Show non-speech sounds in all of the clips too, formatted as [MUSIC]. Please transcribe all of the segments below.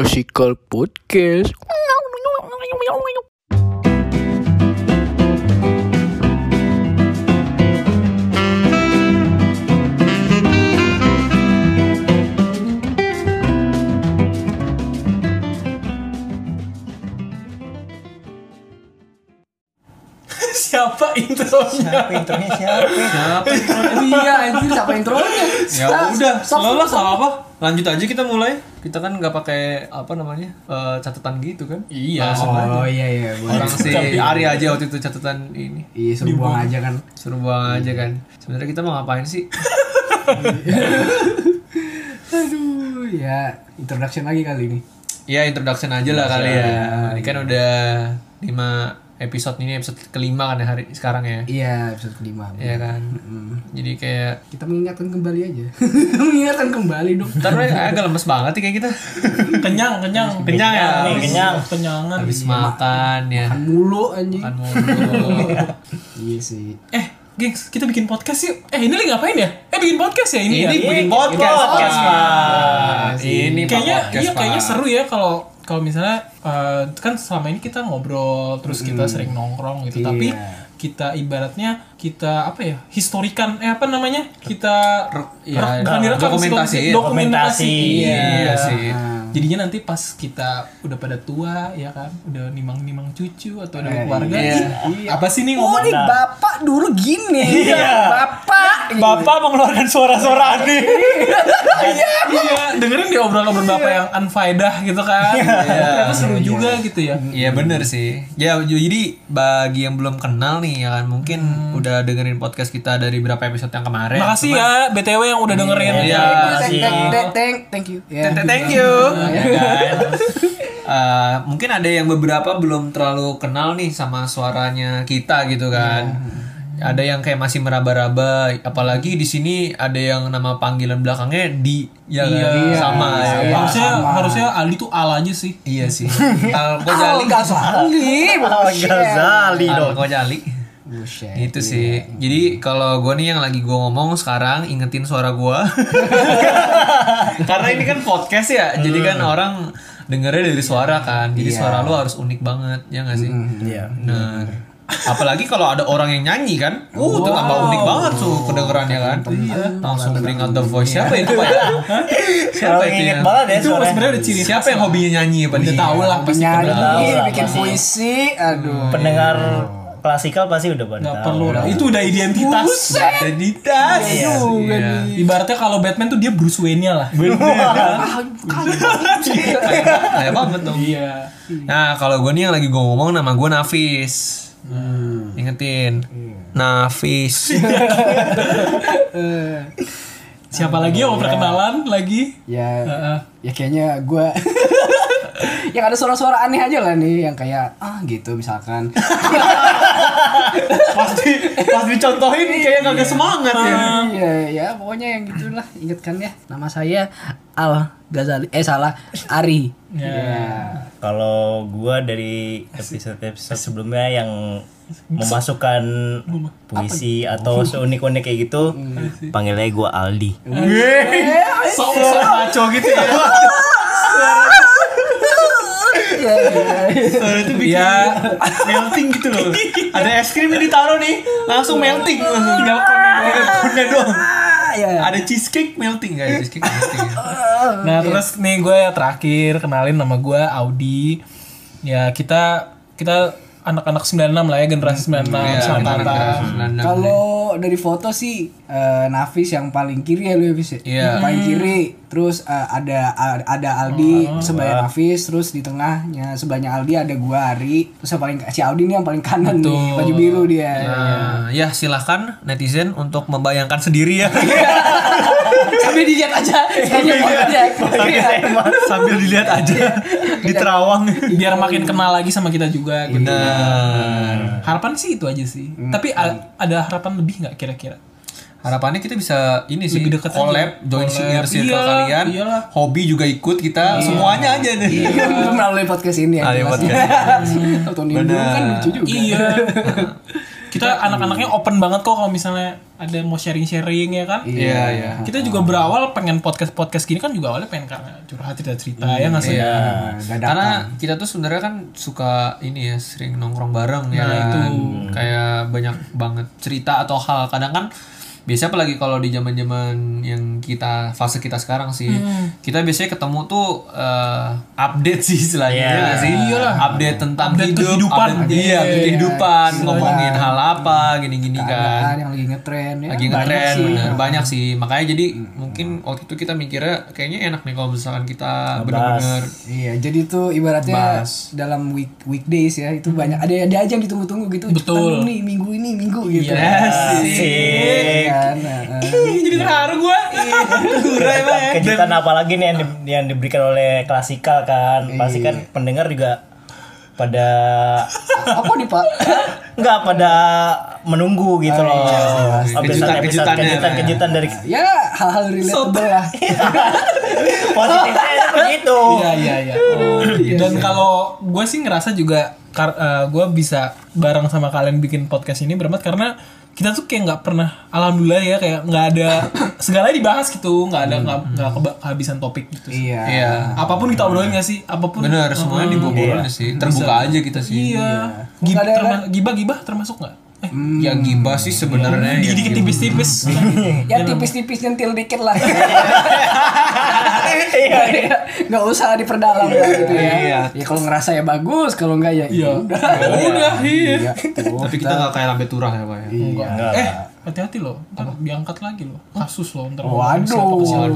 Classical Podcast. siapa intronya Siapa intronya siapa? Siapa intronya? [LAUGHS] iya anjir Siapa intronya? Ya udah, stop, lo lah stop, apa? Lanjut aja kita mulai. Kita kan nggak pakai apa namanya eh, catatan gitu kan? Iya. Langsung aja. Oh iya iya boleh. Orang si Ari aja waktu itu catatan ini. Iya suruh buang aja kan. Suruh buang aja kan. Sebenarnya kita mau ngapain sih? Aduh ya introduction lagi kali ini. Ya introduction aja lah kali ya. Ini kan udah 5 episode ini episode kelima kan ya hari sekarang ya. Iya episode kelima. Iya kan. Jadi kayak Kita mengingatkan kembali aja. [LAUGHS] mengingatkan kembali dong. Ntar we, agak lemes banget nih kayak kita kenyang kenyang Kenyang ya? Nih, kenyang kenyangan Habis makan ya Makan mulu anjing. Makan [LAUGHS] mulu [LAUGHS] Iya sih. eh gengs kita bikin podcast yuk eh ini lagi ngapain ya eh bikin podcast ya Ini ini ya? Iya, bikin podcast, podcast, Oh, iya. Pak. Ini Pak, kayaknya podcast, iya kayaknya Pak. seru ya kalau kalau misalnya eh, kan selama ini kita ngobrol terus kita Hmm. sering nongkrong gitu tapi Iya. kita ibaratnya kita apa ya historikan eh apa namanya kita iya, rekam- direkam, dokumentasi. ya. dokumentasi dokumentasi Iya, sih Nah. Jadinya nanti pas kita udah pada tua ya kan, udah nimang-nimang cucu atau udah Eh, keluarga. iya. ih, Apa sih nih Nah, Oh ngomong? ini bapak dulu gini. Iya. Bapak. gitu. mengeluarkan suara-suara aneh. iya, dengerin di obrolan-obrolan bapak yang unfaedah gitu kan. Ternyata seru juga gitu ya. Iya bener sih Ya jadi bagi yang belum kenal nih ya kan Mungkin udah dengerin podcast kita dari berapa episode yang kemarin Hmm. Makasih ya BTW yang udah dengerin. Iya. Thank thank thank thank thank you. Ya. Thank- Thank you Ya kan? Eh, Mungkin ada yang beberapa belum terlalu kenal nih sama suaranya kita gitu kan Ada yang kayak masih meraba-raba, apalagi di sini ada yang nama panggilan belakangnya di, ya kan? sama, ya kan? Iya. harusnya harusnya Ali tuh Al aja sih. Iya sih. Al Ghazali. Ghazali. Ghazali Al Ghazali. Buset. Itu Gitu sih. Jadi kalau gue nih yang lagi gue ngomong sekarang ingetin suara gue. Karena ini kan podcast ya. Jadi kan orang dengernya dari suara kan. Jadi suara lu harus unik banget, ya Hmm, gak sih? Mm-hmm. Iya. Bener. Apalagi kalau ada orang yang nyanyi kan, uh itu tambah unik banget tuh kedengerannya kan. Langsung bring out the voice siapa itu pak? ya? siapa Orang itu inget yang? banget ya Iya. Itu suaranya. sebenarnya udah ciri Siapa yang hobinya nyanyi ya, Pak? Udah Diki? tahu lah pasti kenal Penyanyi, lah, bikin pasti. puisi, Hmm. aduh. Iya. Pendengar klasikal pasti udah pada nggak tahu. perlu Iya. lah. Itu udah identitas. Identitas. Iya. Iya. Ibaratnya kalau Batman tuh dia Bruce Wayne-nya lah. Kayak banget dong. Iya. Nah, kalau gue nih yang lagi gue ngomong nama gue Nafis. Hmm. Ingetin. [LAUGHS] Nafis. Siapa lagi yang mau perkenalan lagi? Ya, Heeh. ya kayaknya gue [LAUGHS] yang ada suara-suara aneh aja lah nih yang kayak ah gitu misalkan pasti pasti dicontohin kayak kagak semangat iya ya pokoknya yang gitulah ingatkan ya nama saya Al Ghazali eh salah Ari [LAUGHS] ya Kalau gua dari episode-episode sebelumnya yang memasukkan puisi ya? atau seunik-unik kayak gitu, Iya panggilnya gua Aldi. Sok sok maco gitu ya. Iya, iya. itu bikin melting gitu loh. Ada es krim yang ditaruh nih, langsung melting. Langsung tinggal kunnya doang. Kunnya doang. Iya. Ada cheesecake melting guys, cheesecake melting. ya. Nah, terus nih gue ya terakhir kenalin nama gue Audi. Ya, kita kita anak-anak 96 lah ya, generasi 96 Iya, sama anak-anak Tata. sembilan enam. kalau dari foto sih eh, Nafis yang paling kiri ya lu ya Fis ya? Iya. Yang paling kiri terus eh, ada ada Aldi Oh, sebaya Nafis terus di tengahnya sebelahnya Aldi ada gua Ari terus yang paling si Aldi ini yang paling kanan nih baju biru dia Nah, ya silahkan netizen untuk membayangkan sendiri ya [LAUGHS] sambil dilihat aja kayaknya mau aja Iya. sambil dilihat aja di terawang Biar makin kenal lagi sama kita juga gitu. benar Harapan sih itu aja sih. Tapi a- ada harapan lebih nggak kira-kira? harapannya kita bisa ini sih Lebih deket collab Iya, aja. join Collab. senior circle Iyalah, kalian iyalah. hobi juga ikut kita semuanya aja nih Itu melalui podcast ini ya Melalui jelas. podcast. Tonton Indung kan Benar. Iya. lucu juga Iya. Kita kita anak-anaknya open banget kok kalau misalnya ada mau sharing-sharing ya kan. Iya, iya. Kita juga berawal pengen podcast-podcast gini kan juga awalnya pengen karena curhat cerita-cerita ya nggak Iya. sih? Nah, dadakan. Karena kita tuh sebenarnya kan suka ini ya sering nongkrong bareng Nah, ya kan? kayak banyak banget cerita atau hal kadang kan biasanya apalagi kalau di zaman zaman yang kita fase kita sekarang sih Hmm. kita biasanya ketemu tuh eh, update sih istilahnya ya nggak sih update tentang Iya. Update hidup, kehidupan. update- iya update Iya, kehidupan ngomongin hal apa gini gini kan Keadaan yang lagi ngetren ya. lagi Banyak ngetren sih. bener. banyak sih makanya jadi mungkin Hmm. waktu itu kita mikirnya kayaknya enak nih kalau misalkan kita benar-benar Iya, jadi tuh ibaratnya dalam week weekdays ya Hmm. itu banyak ada ada aja yang ditunggu-tunggu gitu. Betul. nih minggu ini minggu Iya. gitu. Iya. Asik. Iya, nah, eh. Jadi terharu gue. Kejutan apa lagi nih yang, di- yang diberikan oleh klasikal kan? Pasti Iya. kan pendengar juga pada apa nih Pak? enggak pada menunggu gitu Iya, loh. Kejutan- Episode-episode kejutannya. kejutan-kejutan dari ya hal-hal relatable lah. positifnya begitu. Iya iya iya. Dan kalau gue sih ngerasa juga kar- eh, gue bisa bareng sama kalian bikin podcast ini berempat karena kita tuh kayak nggak pernah alhamdulillah ya kayak nggak ada segalanya dibahas gitu nggak ada nggak nggak keba- kehabisan topik gitu sih. Iya. Iya. apapun kita obrolin nggak sih apapun Bener, semuanya dibobol sih. Terbuka aja kita sih. iya gibah terma- gibah gibah termasuk nggak eh, Ya gibah sih sebenarnya. ya, dikit dikit gibah. tipis [LAUGHS] tipis Ya tipis-tipis nyentil dikit lah. Iya. Nggak usah diperdalam lah gitu ya. Ya kalau ngerasa ya bagus, kalau enggak ya iya udah. udah iya Iya, tuh. Tapi kita nggak kayak lambe turah ya pak ya. eh hati-hati loh ntar diangkat lagi loh kasus loh ntar Waduh.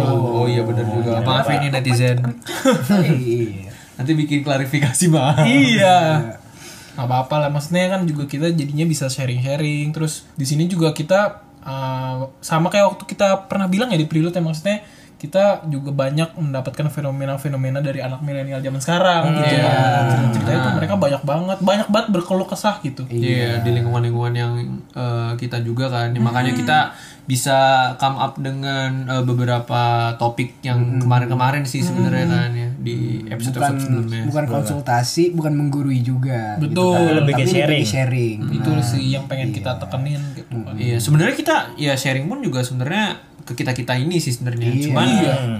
Oh iya benar juga. Maaf ini netizen. Iya. Nanti bikin klarifikasi bang. iya nggak apa-apa lah maksudnya kan juga kita jadinya bisa sharing-sharing terus di sini juga kita uh, sama kayak waktu kita pernah bilang ya di prelude ya maksudnya kita juga banyak mendapatkan fenomena-fenomena dari anak milenial zaman sekarang Hmm, gitu iya. kan. Ceritanya tuh mereka banyak banget, banyak banget berkeluh kesah gitu. Iya di lingkungan-lingkungan yang eh, kita juga kan. Ya, Makanya Hmm. kita bisa come up dengan eh, beberapa topik Hmm. yang kemarin-kemarin sih sebenarnya kan ya di episode-episode sebelumnya. Bukan konsultasi, bukan menggurui juga. gitu. Betul. Lebih ke Tapi sharing. lebih sharing. Itu sih yang pengen kita tekenin gitu kan. Iya, sebenarnya kita ya sharing pun juga sebenarnya ke kita kita ini sih sebenarnya. Cuman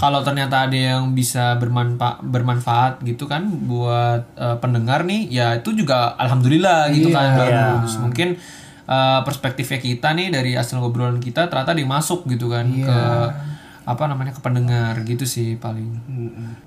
kalau ternyata ada yang bisa bermanfaat bermanfaat gitu kan buat eh, pendengar nih, ya itu juga alhamdulillah gitu kan. Bagus. Mungkin eh, perspektifnya kita nih dari hasil ngobrolan kita ternyata ada yang masuk gitu kan ke apa namanya ke pendengar gitu sih paling.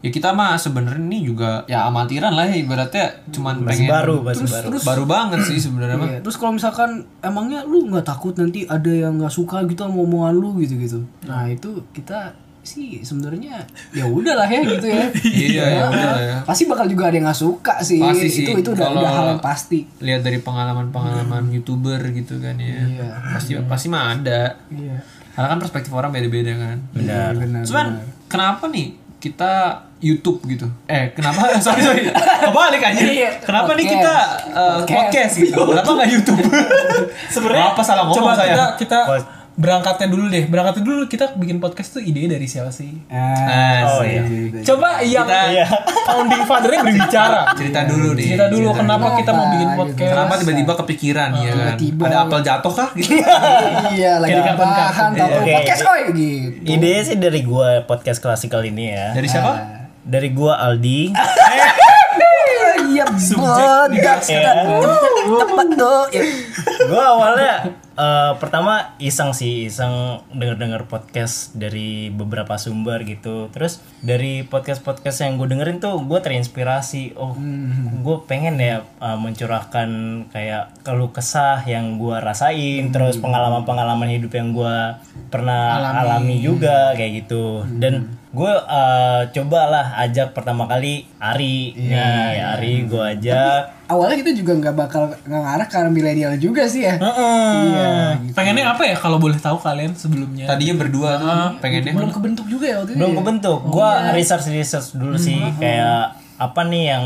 Ya kita mah sebenarnya ini juga ya amatiran lah ya, ibaratnya cuman pengen Baru bahasa baru. terus baru banget sih sebenarnya mah. Iya, Terus kalau misalkan emangnya lu nggak takut nanti ada yang nggak suka gitu sama omongan lu gitu-gitu. Nah, itu kita sih sebenarnya ya udahlah ya gitu ya. [LAUGHS] Iya, ya udah lah ya. Pasti bakal juga ada yang nggak suka sih. Pasti sih. Itu itu udah, Kalau- udah hal yang pasti. lihat dari pengalaman-pengalaman youtuber gitu kan ya Iya. pasti pasti mah ada Iya. karena kan perspektif orang beda-beda kan Benar. Benar. cuman kenapa nih kita YouTube gitu eh kenapa [LAUGHS] sorry sorry kebalik aja Iya. kenapa nih Podcast. kita uh, Podcast. podcast [LAUGHS] gitu kenapa nggak YouTube sebenarnya apa salah ngomong Coba saya kita kita Pos- berangkatnya dulu deh. Berangkatnya dulu kita bikin podcast tuh ide dari siapa sih? Nah, Ah, Eh, Oh iya. Coba yang founding fathernya berbicara. cerita dulu kan. nih Cerita dulu kenapa kita mau bikin Kenapa podcast. kenapa tiba-tiba kepikiran ya kan Tiba-tiba. ada apel jatuh kah [LAUGHS] gitu iya, lagi Kayak di apa kartun-kartun. Iya. tahu Oke. podcast oi gitu. Ide sih dari gua podcast klasikal ini ya. dari siapa Dari gua Aldi. Iya, bodak Iya. tempat tuh. Ya. gue awalnya eh, pertama iseng sih iseng denger-denger podcast dari beberapa sumber gitu terus dari podcast-podcast yang gue dengerin tuh gue terinspirasi oh gue pengen ya eh, mencurahkan kayak keluh kesah yang gue rasain terus pengalaman-pengalaman hidup yang gue pernah alami. juga kayak gitu dan gue cobalah ajak pertama kali Ari nah ya Ari gue ajak Awalnya kita juga nggak bakal ngarah ke arah milenial juga sih ya. Pengennya apa ya kalau boleh tahu kalian sebelumnya? tadinya berdua tuh pengennya Belum kebentuk juga ya waktu itu. belum kebentuk gua Iya. research research dulu Hmm, sih kayak apa nih yang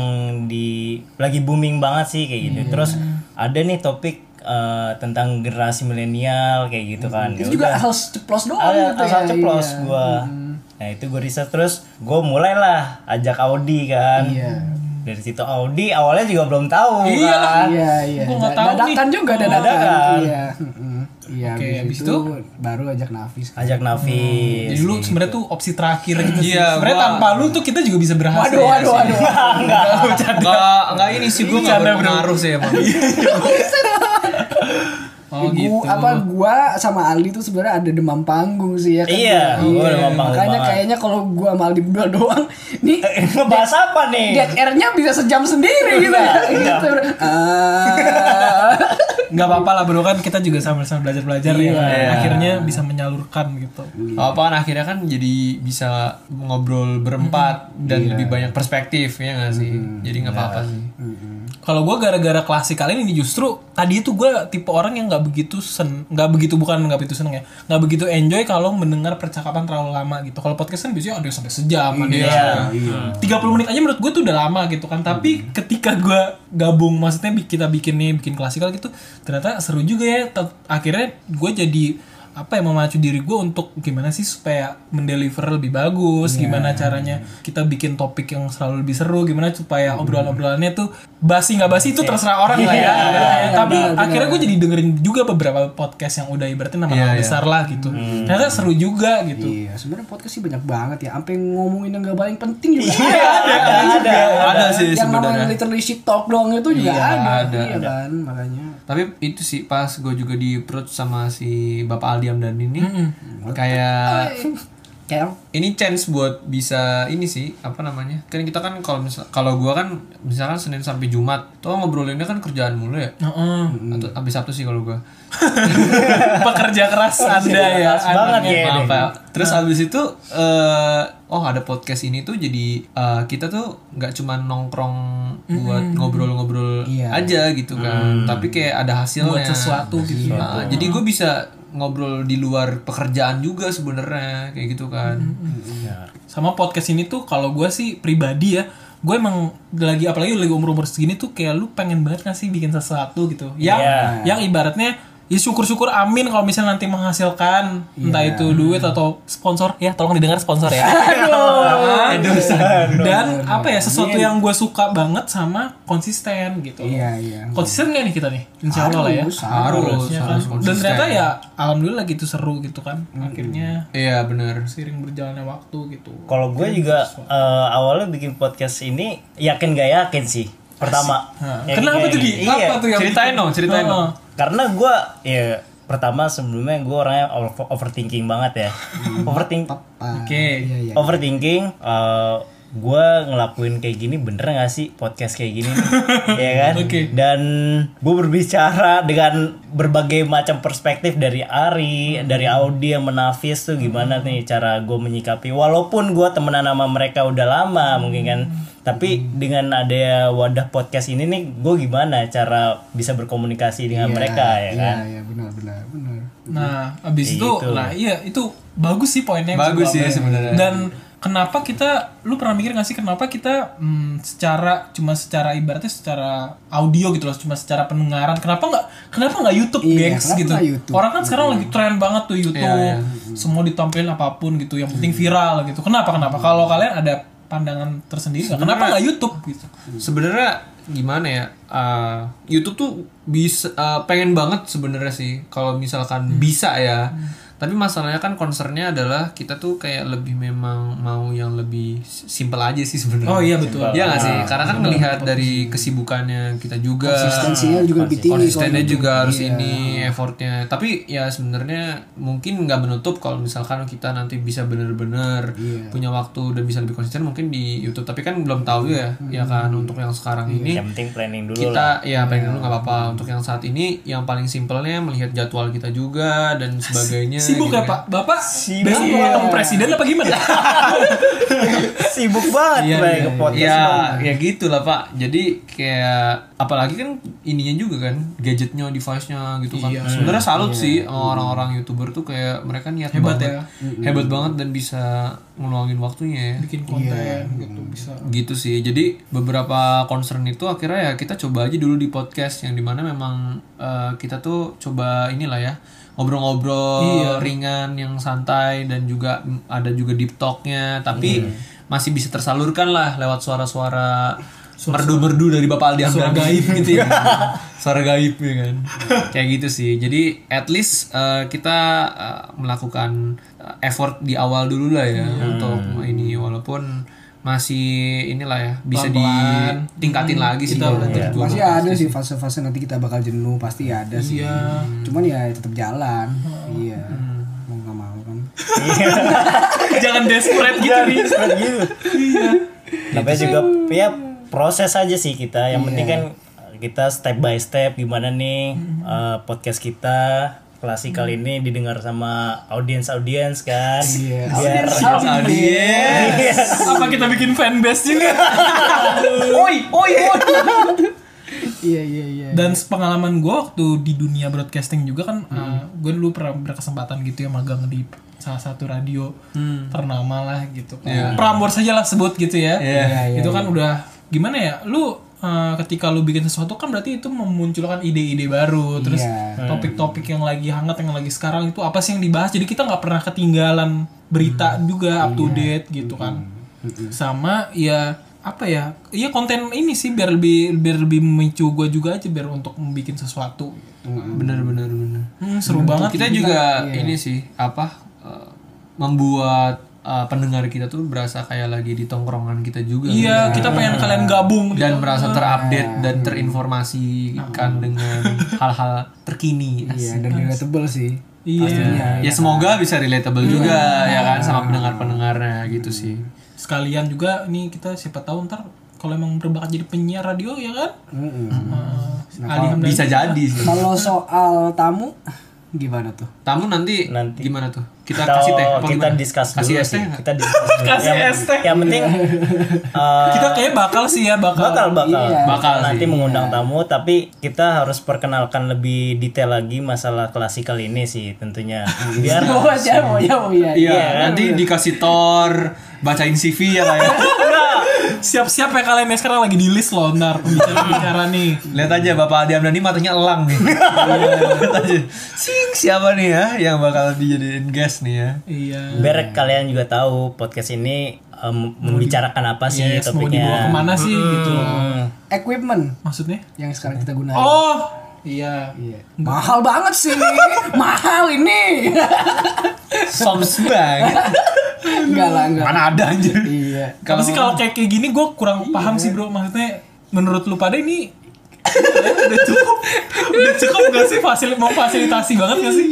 di lagi booming banget sih kayak Iya. gitu terus ada nih topik eh, tentang generasi milenial kayak gitu kan Hmm. Ya Itu juga udah. asal ceplos doang ada gitu asal ya. ceplos Iya. gua nah itu gue riset terus gue mulailah ajak Audi kan Iya. dari Tito Audi awalnya juga belum tahu Iyalah. kan. Iya iya. Gua nggak Da- tahu nih. Dadakan juga dadakan. Dadakan. Iya. mm-mm. [LAUGHS] Iya. Oke, habis habis itu, baru ajak Nafis. Ajak Nafis. Hmm. Jadi lu sebenarnya tuh opsi terakhir gitu sih. gitu. Iya, sebenarnya gua- tanpa lu tuh kita juga bisa berhasil. ya Waduh waduh waduh. Enggak, enggak ini sih gue enggak Bercanda, bro. berpengaruh sih emang. Oh [LAUGHS] Gua- gitu. apa gua sama Aldi tuh sebenarnya ada demam panggung sih ya kan. Iya, gua demam panggung Makanya banget. kayaknya kalau gua sama Aldi berdua [LAUGHS] doang nih Eh, Ngebahas apa nih? Iya, Dead air-nya bisa sejam sendiri gitu ya. [LAUGHS] Gitu. Ah. [LAUGHS] Nggak apa-apa lah bro kan kita juga sambil-sambil belajar-belajar ya. Iya. Akhirnya bisa menyalurkan gitu. Apaan akhirnya kan jadi bisa ngobrol berempat dan lebih banyak perspektif ya nggak sih? Jadi nggak apa-apa sih. Kalau gue gara-gara klasik kali ini justru tadi itu gue tipe orang yang nggak begitu sen, nggak begitu bukan nggak begitu seneng ya, nggak begitu enjoy kalau mendengar percakapan terlalu lama gitu. Kalau podcast kan biasanya ada yang sampai sejam, ada yang tiga puluh menit aja menurut gue tuh udah lama gitu kan. Tapi ketika gue gabung, maksudnya bi- kita bikin nih bikin klasikal gitu, ternyata seru juga ya. Tet- Akhirnya gue jadi apa yang memacu diri gue untuk gimana sih supaya mendeliver lebih bagus gimana caranya kita bikin topik yang selalu lebih seru gimana supaya obrolan-obrolannya tuh basi nggak basi itu terserah orang lah ya tapi akhirnya gue jadi dengerin juga beberapa podcast yang udah ibaratnya nama-nama besar lah gitu ternyata seru juga gitu Iya, sebenarnya podcast sih banyak banget ya. Sampai ngomongin yang gak paling penting juga. ada, ada. Ada yang namanya sih Iya, sebenarnya. literally shit talk doang itu juga Iya, ada, ada, iya kan makanya Tapi itu sih pas gue juga di approach sama si Bapak Aldiam dan ini kayak kayak ini chance buat bisa ini sih apa namanya kan kita kan kalau misal kalau gue kan misalkan Senin sampai Jumat tuh ngobrolinnya kan kerjaan mulu ya Heeh. atau habis Sabtu sih kalau gue pekerja keras Iya, anda ya Keras banget ya. maaf ya terus Nah. habis itu eh oh ada podcast ini tuh jadi eh, kita tuh nggak cuma nongkrong buat ngobrol-ngobrol aja gitu kan tapi kayak ada hasilnya Iya. buat sesuatu gitu Nah, jadi gue bisa ngobrol di luar pekerjaan juga sebenarnya kayak gitu kan sama podcast ini tuh kalau gue sih pribadi ya gue emang lagi apalagi lagi umur umur segini tuh kayak lu pengen banget nggak sih bikin sesuatu gitu yang Iya. yang ibaratnya ya syukur syukur amin kalau misalnya nanti menghasilkan entah itu duit atau sponsor ya tolong didengar sponsor ya Amin. dan apa ya sesuatu yang gue suka banget sama konsisten gitu iya iya konsisten gak nih kita nih insya Allah lah ya harus Ya kan? harus dan konsisten ternyata ya alhamdulillah gitu seru gitu kan akhirnya iya bener sering berjalannya waktu gitu Kalau gue juga eh, awalnya bikin podcast ini yakin gak yakin sih. Pertama. Yakin Kenapa gak tuh di yakin? Iya. apa gitu. tuh yang Ah, ceritain dong ceritain dong Heeh. Karena gue ya pertama sebelumnya gue orangnya over- overthinking banget ya. Hmm. Overthink Oke. Iya, Iya. overthinking eh, gue ngelakuin kayak gini bener gak sih podcast [LAUGHS] kayak gini ya kan dan gue berbicara dengan berbagai macam perspektif dari Ari dari Audi yang menafis tuh gimana nih cara gue menyikapi walaupun gue temenan sama mereka udah lama mungkin kan tapi dengan ada wadah podcast ini nih gue gimana cara bisa berkomunikasi dengan mereka ya kan iya iya benar benar benar Nah, abis itu, nah iya itu bagus sih poinnya. gitu. Bagus sih sebenarnya. Dan kenapa kita, lu pernah mikir gak sih kenapa kita hmm, secara cuma secara ibaratnya secara audio gitu loh, cuma secara pendengaran, kenapa nggak kenapa nggak YouTube Iya, gengs kenapa gitu? nggak YouTube? Orang kan sekarang Iya. lagi tren banget tuh YouTube, semua ditampilin apapun gitu, yang Iya. penting viral gitu. Kenapa kenapa? Kalau kalian ada pandangan tersendiri, nggak? kenapa nggak YouTube gitu? sebenarnya gimana ya eh, YouTube tuh bisa eh, pengen banget sebenarnya sih kalau misalkan Hmm. bisa ya tapi masalahnya kan concernnya adalah kita tuh kayak lebih memang mau yang lebih simple aja sih sebenarnya Oh iya betul. Iya nggak sih karena kan ngelihat dari kesibukannya kita juga konsistensinya juga lebih tinggi konsistennya juga Iya. harus ini effortnya tapi ya sebenarnya mungkin nggak menutup kalau misalkan kita nanti bisa bener-bener Iya. punya waktu dan bisa lebih konsisten mungkin di YouTube tapi kan belum tahu ya Hmm. ya kan untuk yang sekarang Iya. ini yang penting planning dulu Ya, lah kita ya pengen dulu nggak apa-apa untuk yang saat ini yang paling simpelnya melihat jadwal kita juga dan sebagainya Sibuk gitu ya Pak, Bapak besok mau ketemu presiden apa gimana? sibuk banget Iya, Iya, Bay, ke podcast Ya, kan. ya gitulah Pak. Jadi kayak apalagi kan ininya juga kan, gadgetnya, device-nya gitu kan. Iya. Sebenarnya salut sih sama orang-orang YouTuber tuh kayak mereka niat Hebat ya. banget. Hebat banget dan bisa ngeluangin waktunya ya. Bikin konten gitu bisa. Gitu sih. Jadi beberapa concern itu akhirnya ya kita coba aja dulu di podcast yang dimana memang eh, kita tuh coba inilah ya ngobrol-ngobrol ringan yang santai dan juga Iya. mm, ada juga deep talk-nya tapi masih bisa tersalurkan lah lewat suara-suara merdu-merdu dari Bapak Aldi Abdul gaib gitu [LAUGHS] ya. Suara gaib ya kan. Kayak gitu sih. Jadi at least eh, kita eh, melakukan eh, effort di awal dulu lah ya untuk ini walaupun masih inilah ya bisa ditingkatin lagi sih kalau nanti juga. Pasti ada sih fase-fase nanti kita bakal jenuh pasti ada sih. Cuman ya tetap jalan. Iya. Mau nggak mau kan. [LAUGHS] Jangan [LAUGHS] desperate gitu nih. Iya. Seperti gitu. Tapi juga ya proses aja sih kita. Yang penting Iya. kan kita step by step gimana nih Mm-hmm. eh, podcast kita klasik kali ini didengar sama audiens-audiens kan. Iya. Biar Yes. iya. Apa kita bikin fanbase juga? [LAUGHS] Oi, oi, oi. Iya iya iya. Dan pengalaman gue waktu di dunia broadcasting juga kan, Hmm. gue dulu pernah berkesempatan gitu ya magang di salah satu radio Hmm. ternama lah gitu. Iya. kan Prambors aja lah sebut gitu ya. itu kan udah gimana ya? Lu eh, ketika lu bikin sesuatu kan berarti itu memunculkan ide-ide baru, terus Iya. topik-topik yang lagi hangat yang lagi sekarang itu apa sih yang dibahas? Jadi kita nggak pernah ketinggalan berita Hmm. juga up to Iya. date gitu kan. Sama ya apa ya? Iya konten ini sih biar lebih biar lebih memicu gue juga aja biar untuk membuat sesuatu. Nah, Bener bener bener. Hmm, seru banget. kita juga ini sih apa eh, membuat eh, pendengar kita tuh berasa kayak lagi di tongkrongan kita juga kan. Iya, kita pengen kalian gabung gitu. dan merasa terupdate dan terinformasikan dengan hal-hal terkini Iya dan relatable sih. Iya. ya semoga bisa relatable juga ya kan sama pendengar-pendengarnya gitu sih sekalian juga nih kita siapa tahu ntar kalau emang berbakat jadi penyiar radio ya kan Eh, Ali Hamdani. Hmm. bisa jadi sih Kalau soal tamu gimana tuh? tamu nanti, Nanti. gimana tuh kita kita kasih teh apa kita gimana? discuss kasih dulu es sih. teh Iya. nggak? Kita discuss dulu. Kasih yang, es teh. yang penting eh, kita kayak bakal sih ya bakal bakal bakal Iya. Bakal sih. nanti mengundang tamu tapi kita harus perkenalkan lebih detail lagi masalah klasikal ini sih [LAUGHS] tentunya biar Oh ya mau ya mau ya. iya nanti dikasih tor bacain CV ya kayak siap-siap ya kalian ya sekarang lagi di list loh ntar pembicara-pembicara nih Lihat aja Bapak Adi Amdani matanya elang nih. Lihat aja. Sing siapa nih ya yang bakal dijadiin guest nih ya? iya biar kalian juga tahu podcast ini em, membicarakan apa sih Yes, mau dibawa Iya, topiknya kemana sih gitu loh. Equipment maksudnya yang sekarang kita gunain. oh iya Iya. Mahal banget sih. Mahal ini. Soms banget. enggak lah enggak. Mana ada anjir. Iya. kalau sih kalau kayak kayak gini gue kurang paham sih bro maksudnya menurut lu pada ini udah cukup udah cukup gak sih fasil mau fasilitasi banget gak sih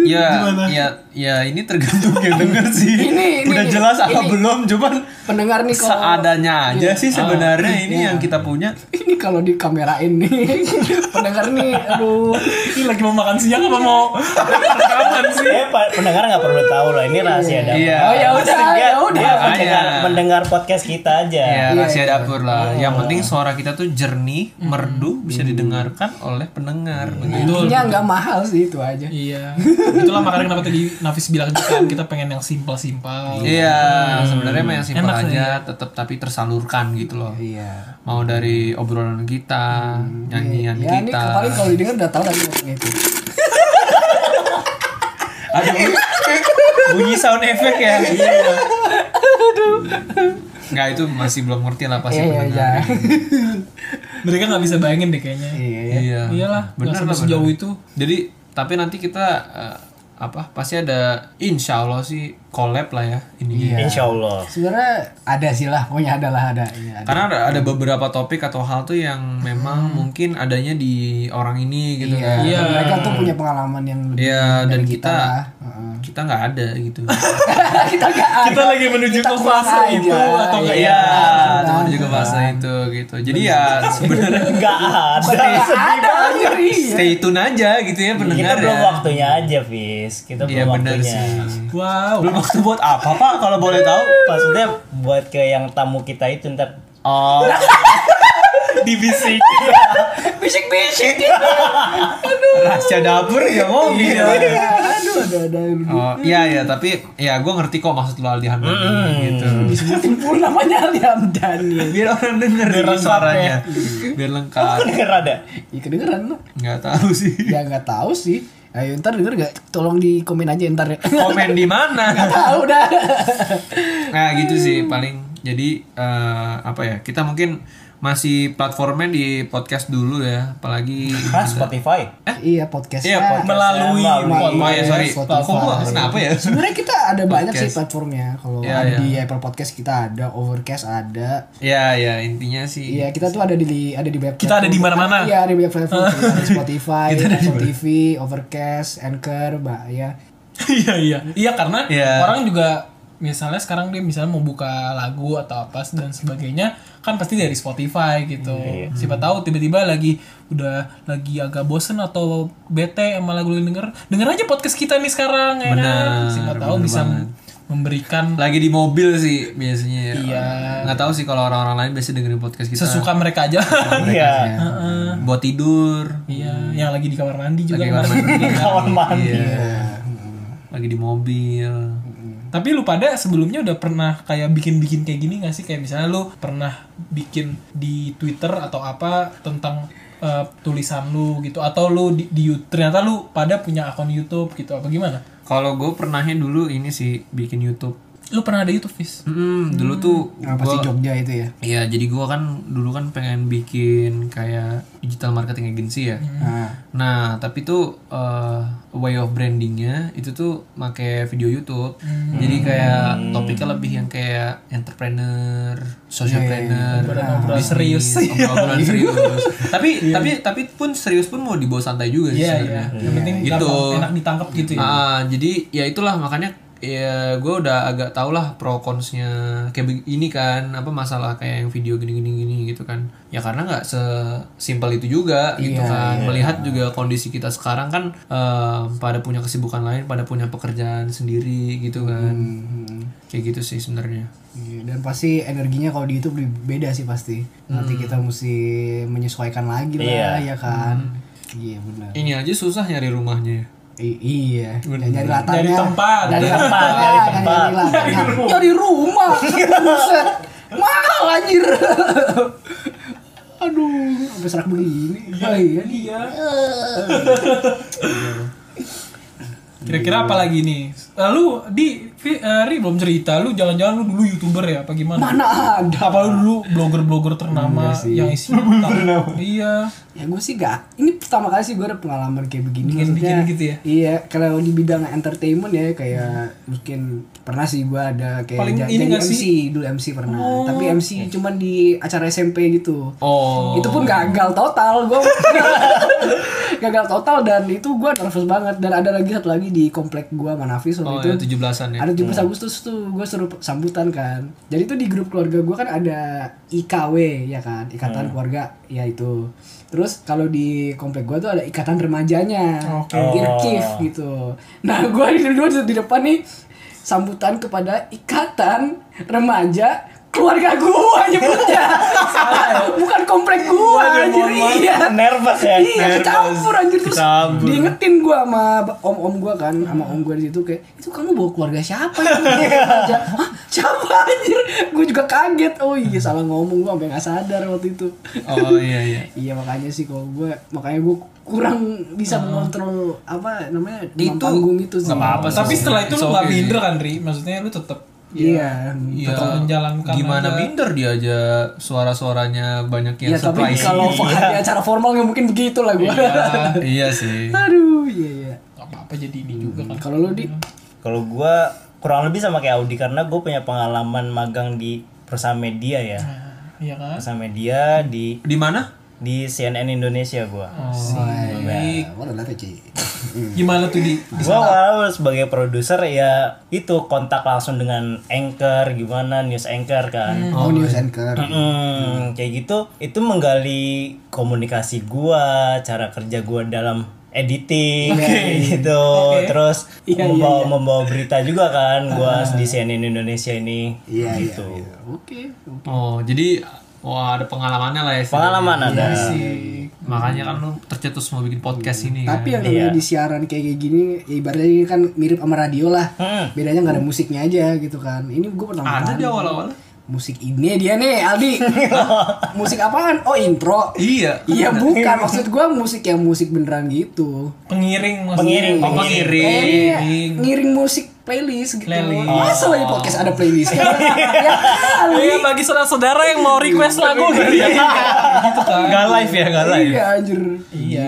Ya, Gimana? ya, ya ini tergantung yang denger sih. Ini, ini, Udah ini, jelas apa ini. belum? Cuman Pendengar nih kalau Iya. seadanya aja sih sebenarnya ini yang kita punya. ini kalau dikamerain nih. [LAUGHS] Pendengar nih aduh. ini lagi mau makan siang apa mau rekaman sih eh pa- pendengar nggak perlu tahu loh ini rahasia dapur Iya. Oh ya udah, Dia- ya dia udah. mendengar, Makanya. mendengar podcast kita aja Ya, rahasia dapur lah. Yang penting suara kita tuh jernih, merdu, bisa didengarkan oleh pendengar. Begitu. Ini enggak mahal sih itu aja. Iya, itulah makanya kenapa tadi Nafis bilang juga kan kita pengen yang simpel-simpel. Iya, sebenarnya mah yang simpel Hmm. Enak sih, aja, tetap tapi tersalurkan gitu loh. Iya. Mau dari obrolan kita, nyanyian Ya ini kita. paling kalau didengar udah tahu lagi ngomong itu. Aduh, bunyi sound effect ya. Iya. Nggak, itu masih belum ngerti lah pasti Iya iya iya. pendengar. Mereka nggak bisa bayangin deh kayaknya. Iya. iya. Iya. Iyalah, bener nggak sampai lah, bener. sejauh itu. Jadi, tapi nanti kita eh, apa? Pasti ada insya Allah sih collab lah ya ini. insya Allah Iya. Sebenarnya ada sih lah, pokoknya ada lah ada. Iya, ada. Karena ada, ada beberapa topik atau hal tuh yang memang mungkin adanya di orang ini gitu Iya. kan. dan Mereka tuh punya pengalaman yang lebih Iya, dan dari kita lah. [LAUGHS] kita nggak ada gitu. Heeh. kita gak ada. Kita lagi menuju ke fase kurang itu aja. atau nggak Iya, teman juga bahasa itu gitu. Jadi ya sebenarnya nggak ada Nggak ada anjir, iya. stay tune aja gitu ya kita pendengar belum ya. waktunya aja Fis kita Iya belum benar waktunya sih. Wow. Belum waktu buat apa pak kalau boleh tahu? maksudnya buat ke yang tamu kita itu ntar Oh, dibisik Bisik-bisik. rahasia dapur ya mau gitu. [LAUGHS] Iya. Aduh, ada ada. Oh iya ya tapi ya gue ngerti kok maksud lo Aldi Hamdan gitu. Disebutin pun namanya Ali Hamdani. Biar orang denger gitu suaranya, biar lengkap. denger ada Ya kedengeran lah. Nggak tahu sih. Ya nggak tahu sih. Ayo ntar denger gak? Tolong di Oh, [LAUGHS] komen aja ntar ya. Komen di mana? Tahu dah. Nah gitu sih paling Jadi eh, apa ya? Kita mungkin masih platformnya di podcast dulu ya, apalagi Hah, Ah, Spotify? Iya podcast. Iya, podcast. melalui Oh, ya, sorry. Spotify. Kok gua kenapa ya? Sebenarnya kita ada banyak Podcast. sih platformnya. Kalau Iya, ada iya. di Apple Podcast kita ada, Overcast ada. Ya, ya, intinya sih. Iya, kita tuh ada di ada di banyak Kita ada di platform. mana-mana. Iya, ada di banyak platform. Ada Spotify, Apple TV, Overcast, Anchor, Mbak ya. Iya iya. Iya karena Iya. orang juga misalnya sekarang dia misalnya mau buka lagu atau apa dan sebagainya kan pasti dari Spotify gitu. Iya, Siapa Hmm. tahu tiba-tiba lagi udah lagi agak bosen atau bete sama lagu yang denger, denger aja podcast kita nih sekarang ya kan? Benar, Siapa tahu benar bisa banget. memberikan Lagi di mobil sih biasanya ya. Iya. Nggak tahu sih kalau orang-orang lain biasa dengerin podcast kita. sesuka mereka [LAUGHS] aja. Iya. buat tidur. Iya, yang lagi di kamar mandi juga. Lagi kemarin. kamar mandi. Kamar mandi. Iya. Lagi di mobil. Tapi lu pada sebelumnya udah pernah kayak bikin-bikin kayak gini gak sih? Kayak misalnya lu pernah bikin di Twitter atau apa tentang eh, tulisan lu gitu atau lu di, di Yout- ternyata lu pada punya akun YouTube gitu apa gimana? Kalau gue pernahnya dulu ini sih bikin YouTube. Lu pernah ada YouTube Fis? Mm, dulu tuh Hmm, Apa sih Jogja itu ya? Iya, jadi gua kan dulu kan pengen bikin kayak digital marketing agency ya. Hmm. Nah, Nah, tapi tuh eh, way of brandingnya itu tuh make video YouTube. Hmm. Jadi kayak topiknya lebih yang kayak entrepreneur, Iya, socialpreneur, Obrolan-obrolan bisnis, serius. [LAUGHS] Iya. obrolan serius. tapi tapi tapi pun serius pun mau dibawa santai juga sih Iya, iya. sebenarnya. Yang penting Gitu. gampang, enak ditangkap gitu ya. Ah, jadi ya itulah makanya ya gue udah agak tau lah pro consnya kayak beg- ini kan apa masalah kayak yang video gini gini gini gitu kan ya karena nggak sesimpel itu juga gitu kan melihat juga kondisi kita sekarang kan eh, pada punya kesibukan lain pada punya pekerjaan sendiri gitu kan kayak gitu sih sebenarnya Iya, dan pasti energinya kalau di YouTube lebih beda sih pasti. Nanti kita mesti menyesuaikan lagi lah, ya kan? Iya benar. ini aja susah nyari rumahnya ya? I- iya. Dan nyari latarnya. Dari tempat. Dari Dari tempat. Dari tempat. Dari rumah. Dari rumah. Buset. Mahal [LAUGHS] anjir. Aduh, sampai serak begini. Iya, iya. Kira-kira apa lagi nih? Lalu di Fi- eh, Ri belum cerita, lu jangan-jangan lu dulu YouTuber ya apa gimana? Mana ada? Apa lu dulu blogger-blogger ternama yang isi Iya. Ya gue sih gak, ini pertama kali sih gue ada pengalaman kayak begini Bikin-bikin Maksudnya, gitu ya? Iya, kalau di bidang entertainment ya kayak mungkin pernah sih gue ada kayak Paling ja- ini jadi nggak MC, sih? Oh. dulu MC pernah Tapi MC cuman di acara SMP gitu oh Itu pun gagal total gue [LAUGHS] Gagal total dan itu gue nervous banget Dan ada lagi satu lagi di komplek gue Manafis waktu oh itu ya 17-an ya ada 17 Agustus tuh gue suruh sambutan kan. Jadi tuh di grup keluarga gue kan ada IKW ya kan, ikatan keluarga ya itu. Terus kalau di komplek gue tuh ada ikatan remajanya, Oke. Irkif gitu. Nah gue di, di- di depan nih sambutan kepada ikatan remaja keluarga gue nyebutnya bukan komplek gue anjir iya Nervous ya. Iya, kecampur anjir terus Kecampur. diingetin gua sama om-om gua kan, sama om gua di situ kayak, "Itu kamu bawa keluarga siapa?" [LAUGHS] ya?" Hah, siapa anjir? Gua juga kaget. Oh iya, salah ngomong gua sampai nggak sadar waktu itu. oh iya iya Iya makanya sih kalau gua makanya gua kurang bisa mengontrol apa namanya demam Hmm. Itu panggung itu sih. apa-apa sih. Tapi setelah itu It's lu okay gak sih. minder kan Ri? Maksudnya lu tetap Iya. Iya, Tetap menjalankan gimana aja. minder dia aja suara-suaranya banyak yang Iya, tapi surprise. kalau di [LAUGHS] acara formal nggak mungkin begitu lah gua. [LAUGHS] iya sih. [LAUGHS] Aduh, iya iya. Gak apa-apa jadi ini juga kan. Kalau lu di Hmm. Kalau gua kurang lebih sama kayak Audi karena gue punya pengalaman magang di perusahaan media ya. Hmm. Iya kan? Perusahaan media di Di mana? di CNN Indonesia gua. Baik. Waduh, lihat aja. Hmm. Gimana tuh di? Gua walau sebagai produser ya itu kontak langsung dengan anchor gimana news anchor kan. Oh, news anchor. Hmm, kayak gitu itu menggali komunikasi gua, cara kerja gua dalam editing kayak gitu. Terus membawa membawa berita juga kan gua di CNN Indonesia ini. Iya, iya. gitu. iya. Oke. Oh, jadi wah ada pengalamannya lah ya. sih. Pengalaman ada. Makanya kan lu tercetus mau bikin podcast ini kan. Tapi yang namanya di siaran kayak kayak gini, ya ibaratnya ini kan mirip sama radio lah. Hmm. Bedanya nggak ada musiknya aja gitu kan. Ini gue pertama Ada kali. dia awal-awal. Musik ini dia nih, Aldi. Hah? musik apaan? Oh, intro. Iya. Iya bukan maksud gue musik yang musik beneran gitu. Pengiring maksudnya. Pengiring, Oh, pengiring. iya, pengiring. Ngiring musik playlist gitu. Playlist. Masa lagi podcast ada playlist ya? Iya, kali. bagi saudara-saudara yang mau request lagu gitu Iya. kan. Gak live ya, gak live. Iya anjir. Iya.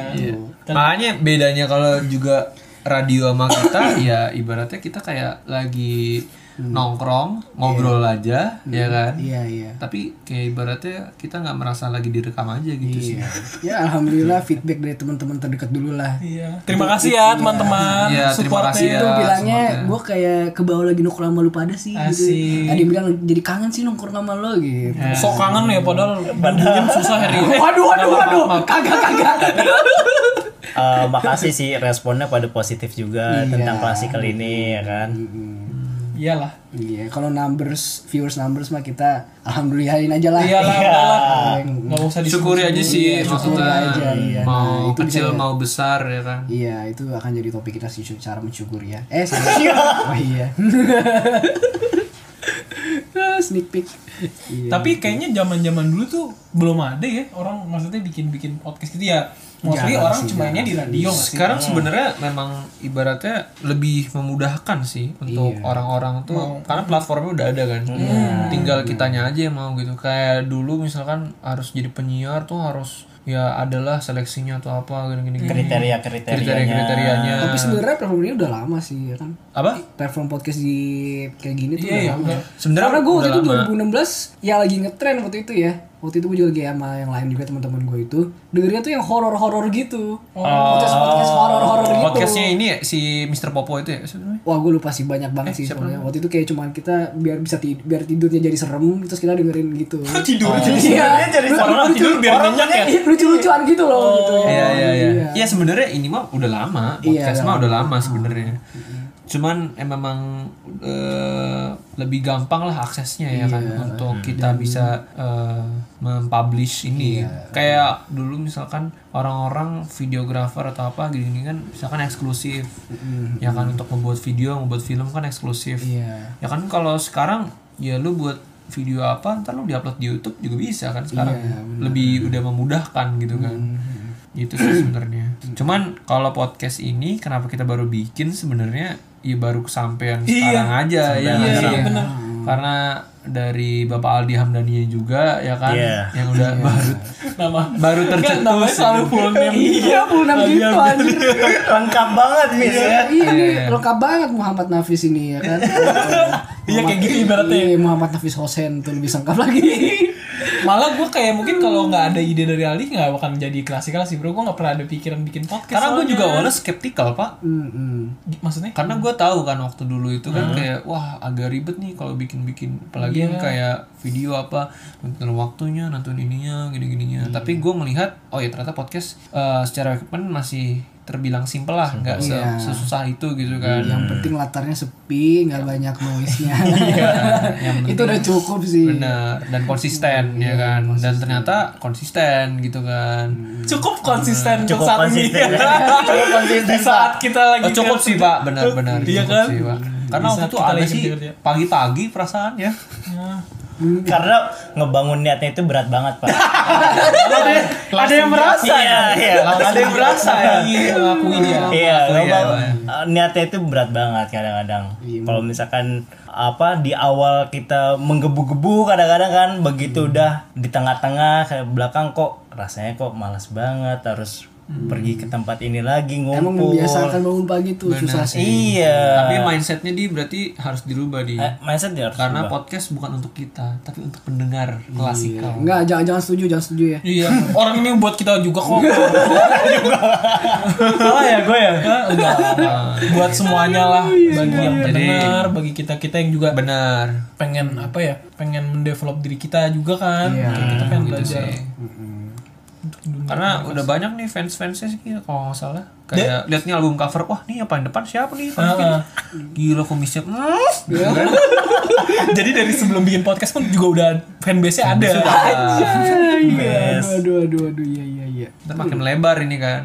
Makanya bedanya kalau juga radio [COUGHS] sama kita ya ibaratnya kita kayak lagi Hmm. nongkrong, ngobrol aja, ya kan? Iya iya. Tapi kayak ibaratnya kita nggak merasa lagi direkam aja gitu sih. Iya. Ya alhamdulillah feedback dari teman-teman terdekat dulu lah. Iya. Terima kasih ya teman-teman Iya, terima supportnya. kasih ya. Itu bilangnya semoga. gue kayak ke bawah lagi nongkrong sama lu pada sih Asik. gitu. Ada yang bilang jadi kangen sih nongkrong sama lo gitu. Sok kangen ya padahal hubungin susah hari ini. Waduh waduh waduh. Kagak kagak. Eh, makasih sih responnya pada positif juga tentang klasikal ini ya kan. Iyalah. Iya, kalau numbers viewers numbers mah kita alhamdulillahin aja lah. Iyalah, udahlah. Nggak usah disyukuri. Syukuri aja sih maksudnya aja, iya. Nah, mau itu kecil bisa ya. mau besar ya kan. Iya, itu akan jadi topik kita sih cara mensyukuri ya. Eh, salah. oh iya. [LAUGHS] Ah, Sneak peek. Iya. Tapi kayaknya zaman-zaman dulu tuh belum ada ya orang maksudnya bikin-bikin podcast gitu ya. Mostly Jarang orang sih, cuma mainnya di radio Iya nggak sih? Sekarang sebenarnya memang ibaratnya lebih memudahkan sih untuk orang-orang tuh karena platformnya udah ada kan. Tinggal kitanya aja yang mau gitu. Kayak dulu misalkan harus jadi penyiar tuh harus ya adalah seleksinya atau apa gini-gini. Kriteria Kriteria kriterianya. kriterianya. Tapi sebenarnya platform ini udah lama sih ya kan. Apa? Platform podcast di kayak gini tuh Iya, udah iya, lama. udah. Sebenarnya Karena gue waktu udah itu 2016 ya lagi ngetren waktu itu ya. Waktu itu gue juga lagi sama yang lain juga teman-teman gue itu dengerinnya tuh yang horor-horor gitu. Podcast podcast horor-horor gitu. Podcastnya ini ya, si Mr. Popo itu ya sebenarnya. Wah gue lupa sih banyak banget sih sebenarnya. Waktu itu kayak cuman kita biar bisa tid- biar tidurnya jadi serem terus kita dengerin gitu. tidur Iya, jadi Orang tidur biar nyenyak ya. [LAUGHS] lucu-lucuan gitu loh gitu ya. Iya iya iya. Ya sebenarnya ini mah udah lama, Iya, podcast mah udah lama sebenarnya. Cuman eh, memang eh, lebih gampang lah aksesnya ya kan untuk kita bisa eh, mempublish ini. Kayak dulu misalkan orang-orang videografer atau apa gini-gini kan misalkan eksklusif. Ya kan untuk membuat video, membuat film kan eksklusif. Iya. Ya kan kalau sekarang ya lu buat video apa ntar lu diupload di YouTube juga bisa kan sekarang Iya, lebih udah memudahkan gitu kan Hmm, gitu sih sebenarnya cuman kalau podcast ini kenapa kita baru bikin sebenarnya ya baru kesampaian sekarang aja ya Iya, sekarang. iya, benar. karena dari Bapak Aldi Hamdani juga ya kan Iya. yang udah baru Nama baru kan tercetus namanya selalu full name. Iya, puluh enam gitu anjir. Lengkap banget Miss ya. Iya nih lengkap banget Muhammad Nafis ini ya kan. Iya, kayak gitu ibaratnya. Iya, Muhammad Nafis Hosen tuh lebih lengkap lagi. Malah gue kayak mungkin kalau nggak ada ide dari Aldi nggak akan jadi klasikal sih bro. Gue nggak pernah ada pikiran bikin podcast. karena gue soalnya. juga awalnya skeptikal pak Hmm, hmm. maksudnya karena gue tahu kan waktu dulu itu kan Hmm. kayak wah agak ribet nih kalau bikin bikin apalagi Iya. yang kayak video apa nonton waktunya nonton ininya gini gininya Hmm. tapi gue melihat oh ya ternyata podcast eh, secara equipment masih terbilang simple lah nggak se- Iya. sesusah itu gitu kan Yang penting latarnya sepi, nggak banyak noise-nya. Itu udah cukup sih. benar dan konsisten ya Iya, kan dan ternyata konsisten gitu kan cukup konsisten untuk Cukup saat [LAUGHS] konsisten. ini. Cukup Iya, konsisten, Di saat kita lagi Oh, cukup sih pak benar-benar Iya cukup kan? sih pak karena Di waktu saat itu kita ada lagi sih kerja. pagi-pagi perasaan ya Karena ngebangun niatnya itu berat banget, Pak. ada yang merasa Iya, iya. ada yang berasa ya ngelakuin ya Iya, Iya, ngebang- Pak. eh, niatnya itu berat banget kadang-kadang. Kalau misalkan apa di awal kita menggebu-gebu kadang-kadang kan begitu udah di tengah-tengah ke belakang kok rasanya kok malas banget harus pergi ke tempat ini lagi ngumpul. Emang membiasakan bangun pagi tuh susah sih. Iya. Tapi mindsetnya di berarti harus dirubah di. Eh, mindset dia harus Karena podcast bukan untuk kita, tapi untuk pendengar klasikal. Enggak, jangan jangan setuju, jangan setuju ya. iya orang ini buat kita juga kok salah ya gue ya. Hah, Iya, udah buat semuanya lah bagi yang pendengar bagi kita kita yang juga Benar. pengen apa ya pengen mendevelop diri kita juga kan Kayak kita pengen belajar Karena udah banyak nih fans-fansnya sih kalau nggak salah. Kayak lihat nih album cover, wah nih yang paling depan siapa nih? Paling Heeh. depan. Gila kumisnya. Hmm. [LAUGHS] jadi dari sebelum bikin podcast pun juga udah fanbase nya ada Iya, aduh, [LAUGHS] aduh, aduh, aduh, iya, iya, iya. Ntar makin melebar ini kan.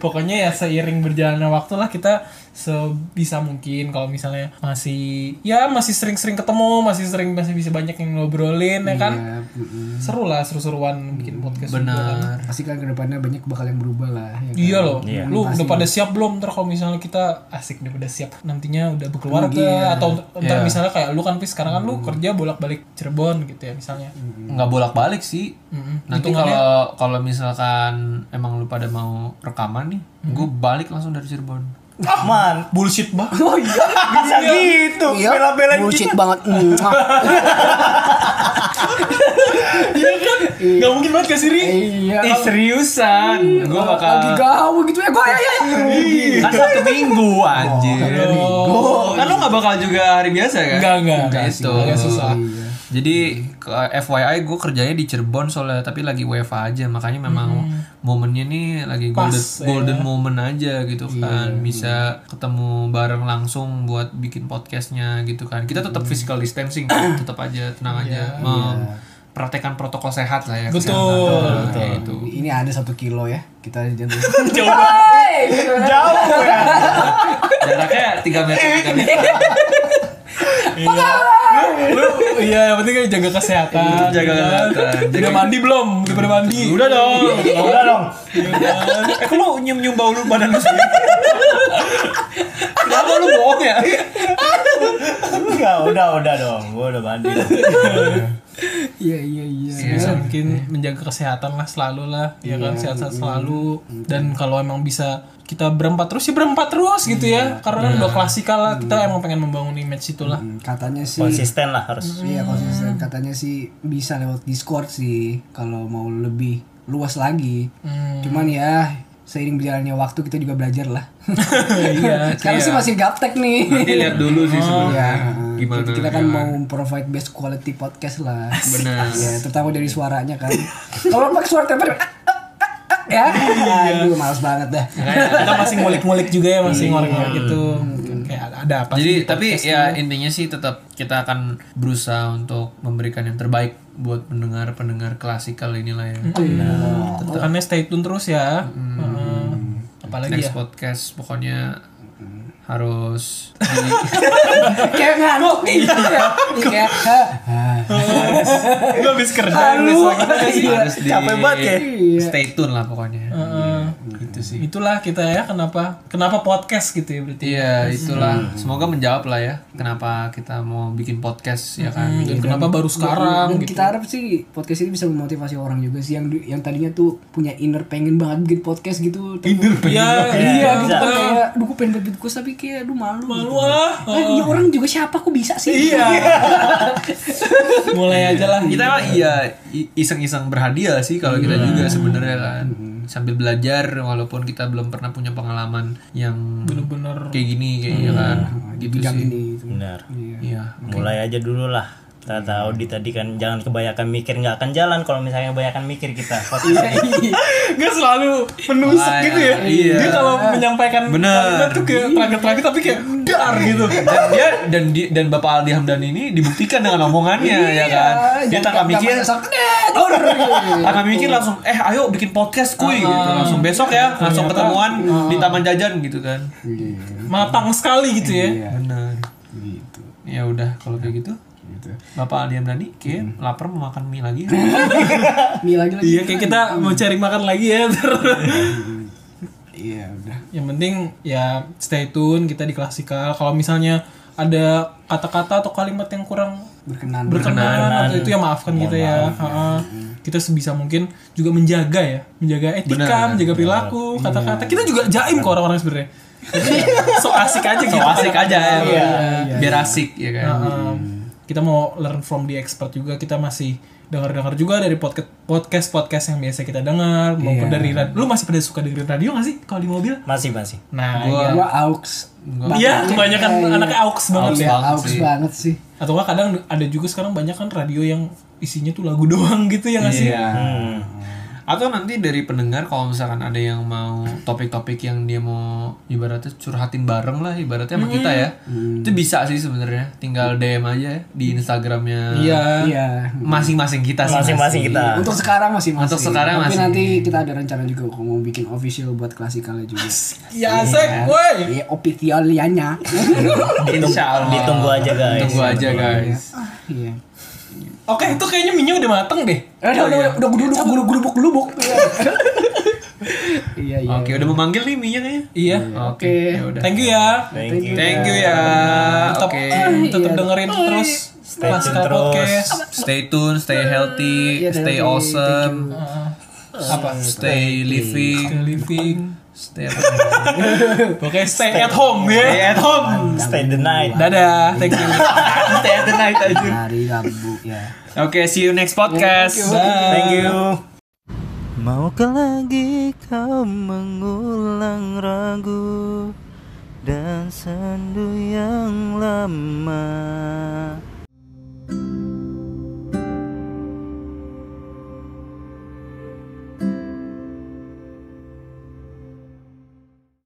pokoknya ya seiring berjalannya waktu lah kita sebisa mungkin kalau misalnya masih ya masih sering-sering ketemu masih sering masih bisa banyak yang ngobrolin ya kan Ya, mm-mm. seru lah seru-seruan bikin podcast benar pasti kan kedepannya banyak bakal yang berubah lah. ya kan? iya loh lu udah pada siap belum ntar kalau misalnya kita asik udah pada siap nantinya udah berkeluarga atau ntar misalnya kayak lu kan pis sekarang kan lu kerja bolak-balik Cirebon gitu ya misalnya nggak bolak-balik sih. Mm-mm. Nanti kalau kalau misalkan emang lu pada mau rekaman nih, gue balik langsung dari Cirebon. Ah, Man, bullshit banget Oh iya. bisa gitu. Iya, Bela-belain bullshit gitu. banget. Mwah. iya kan nggak mungkin banget gak sih Ri? Iya. Eh seriusan, gue Lagi bakal gawe gitu ya. Gua ya ya. ya. kan satu minggu anjir. Oh. Kan lu nggak bakal juga hari biasa kan? Enggak, enggak, enggak Gitu. sih, agak susah. Jadi ke FYI gue kerjanya di Cirebon soalnya tapi lagi WFA aja makanya memang momennya nih lagi Hmm. Pas, golden ya. golden moment aja gitu kan bisa ketemu bareng langsung buat bikin podcastnya gitu kan kita tetap physical distancing kan, tetap aja tenang aja mempraktekkan protokol sehat lah ya Betul, itu Ini ada satu kilo ya. Kita jangan. Hei, Jauh ya. jaraknya tiga meter Eh, tiga [LAUGHS] meter. Iya. Lu, iya yang penting kan jaga Iya, Jaga kesehatan ya kan? kesehatan, udah jaga- mandi belum udah pada mandi udah dong Udah dong. eh kok lu nyium nyium bau lu badan lu sendiri kenapa lu bohong ya Enggak, udah udah dong. Gua udah mandi. Iya iya iya. bisa mungkin menjaga kesehatan lah selalu lah ya kan sehat-sehat selalu dan kalau emang bisa kita berempat terus ya berempat terus gitu ya karena udah klasikal lah kita emang pengen membangun image itulah Hmm, Katanya sih. Konsisten lah harus. Iya konsisten. Katanya sih bisa lewat Discord sih kalau mau lebih luas lagi. Cuman ya seiring berjalannya waktu kita juga belajar lah. iya [LAUGHS] Sekarang sih masih gaptek nih. nanti lihat dulu [LAUGHS] sih Iya. sebenarnya gimana Kita, kita kan mau provide best quality podcast lah. Benar. Iya, terutama dari suaranya kan. Kalau pakai suara [LAUGHS] telepon ya. Aduh, males banget dah. kita masih ngulik-ngulik juga ya masih ngorek-ngorek gitu kayak ada- ada apa Jadi sih tapi ya intinya sih tetap kita akan berusaha untuk memberikan yang terbaik buat pendengar-pendengar klasikal inilah ya. Mm-hmm. Iya. makanya stay tune terus ya Heeh. apalagi Next ya podcast pokoknya Mm-hmm. harus Kayak ngantuk gitu ya. Kayak ah, lu habis kerja Iya, harus di Capek banget ya. Iya. Stay tune lah pokoknya. gitu sih itulah kita ya kenapa kenapa podcast gitu ya berarti Iya, itulah. Semoga menjawab lah ya kenapa kita mau bikin podcast ya kan. Hmm, dan kenapa baru sekarang Dan gitu kita harap sih podcast ini bisa memotivasi orang juga sih yang yang tadinya tuh punya inner pengen banget bikin podcast gitu. Inner ya Iya, iya gitu bisa. kan kayak aduh gue pengen buat podcast tapi kayak aduh malu. malu gitu. ah Ah, iya orang juga siapa kok bisa sih? iya mulai aja lah gitu. kita mah iya i- iseng-iseng berhadiah sih kalau kita Hmm. juga sebenarnya kan sambil belajar walaupun kita belum pernah punya pengalaman yang bener-bener Hmm. kayak gini kayaknya kan gitu Bidang sih ini. Benar. iya Mulai aja dulu lah. Kita tahu di tadi kan jangan kebanyakan mikir nggak akan jalan kalau misalnya kebanyakan mikir kita. Gak selalu menusuk Mulai, gitu ya iya. Dia kalau menyampaikan Bener. kalimat tuh kayak terakhir-terakhir tapi kayak dar gitu dan dia dan di- dan bapak Aldi Hamdan ini dibuktikan dengan omongannya Iya, ya kan dia tanpa mikir [LAUGHS] tanpa mikir langsung eh ayo bikin podcast kuy gitu Ah. langsung besok ya langsung ketemuan di taman jajan gitu kan matang sekali gitu ya benar ya udah kalau kayak gitu Bapak Aldi Hamdani kayak lapar mau makan mie lagi Mie lagi lagi. Iya kayak kita mau cari makan lagi ya Iya udah. Yang penting ya stay tune kita di klasikal Kalau misalnya ada kata-kata atau kalimat yang kurang Berkenan. Mm-hmm. berkenan atau itu ya maafkan kita ya Ha-ha. kita sebisa mungkin juga menjaga ya menjaga etika menjaga perilaku Iya. kata-kata kita juga jaim kok [LAUGHS] orang-orang sebenarnya so asik aja gitu So asik aja ya. Biar asik ya kan. Um, kita mau learn from the expert juga kita masih dengar-dengar juga dari podcast podcast podcast yang biasa kita dengar maupun dari rad- lu masih pada suka dengerin radio gak sih kalau di mobil Masih masih. nah Gua Gua aux. iya kebanyakan anaknya aux Iya, banget ya banget aux sih. banget sih. atau nggak kadang [LAUGHS] ada juga sekarang banyak kan radio yang isinya tuh lagu doang gitu ya nggak sih Iya. Atau nanti dari pendengar kalau misalkan ada yang mau topik-topik yang dia mau ibaratnya curhatin bareng lah ibaratnya sama kita ya. Itu bisa sih sebenarnya. Tinggal DM aja ya di Instagramnya Iya. Iya. masing-masing kita sih. masing-masing kita Untuk sekarang masih masih. Untuk sekarang Tapi masih. nanti kita ada rencana juga kok mau bikin official buat klasikalnya juga. Ya sek, woi. Iya, officialnya. Insya Allah. Ditunggu aja, guys. Tunggu aja guys. Iya. Oke, itu kayaknya minyak udah mateng Eh, deh. Udah, udah, udah, udah, udah, gelubuk, gelubuk. Iya, iya. Oke, udah memanggil nih Mia kayaknya. Iya. Oke, ya udah. Thank you ya. thank you Thank you ya. Tetap eh, Oke. Iya, tetap dengerin terus Stay tune Pascal terus. Podcast. Stay tune, stay healthy, Iya, stay healthy. awesome, Heeh. Eh, apa? Stay living, Stay living. stay apa? Oke, stay at home ya. Stay at home. stay the night Dadah, thank you. [LAUGHS] stay at the night aja. Hari Rabu ya. Oke, see you next podcast. thank you Maukah lagi kau mengulang ragu dan sendu yang lama?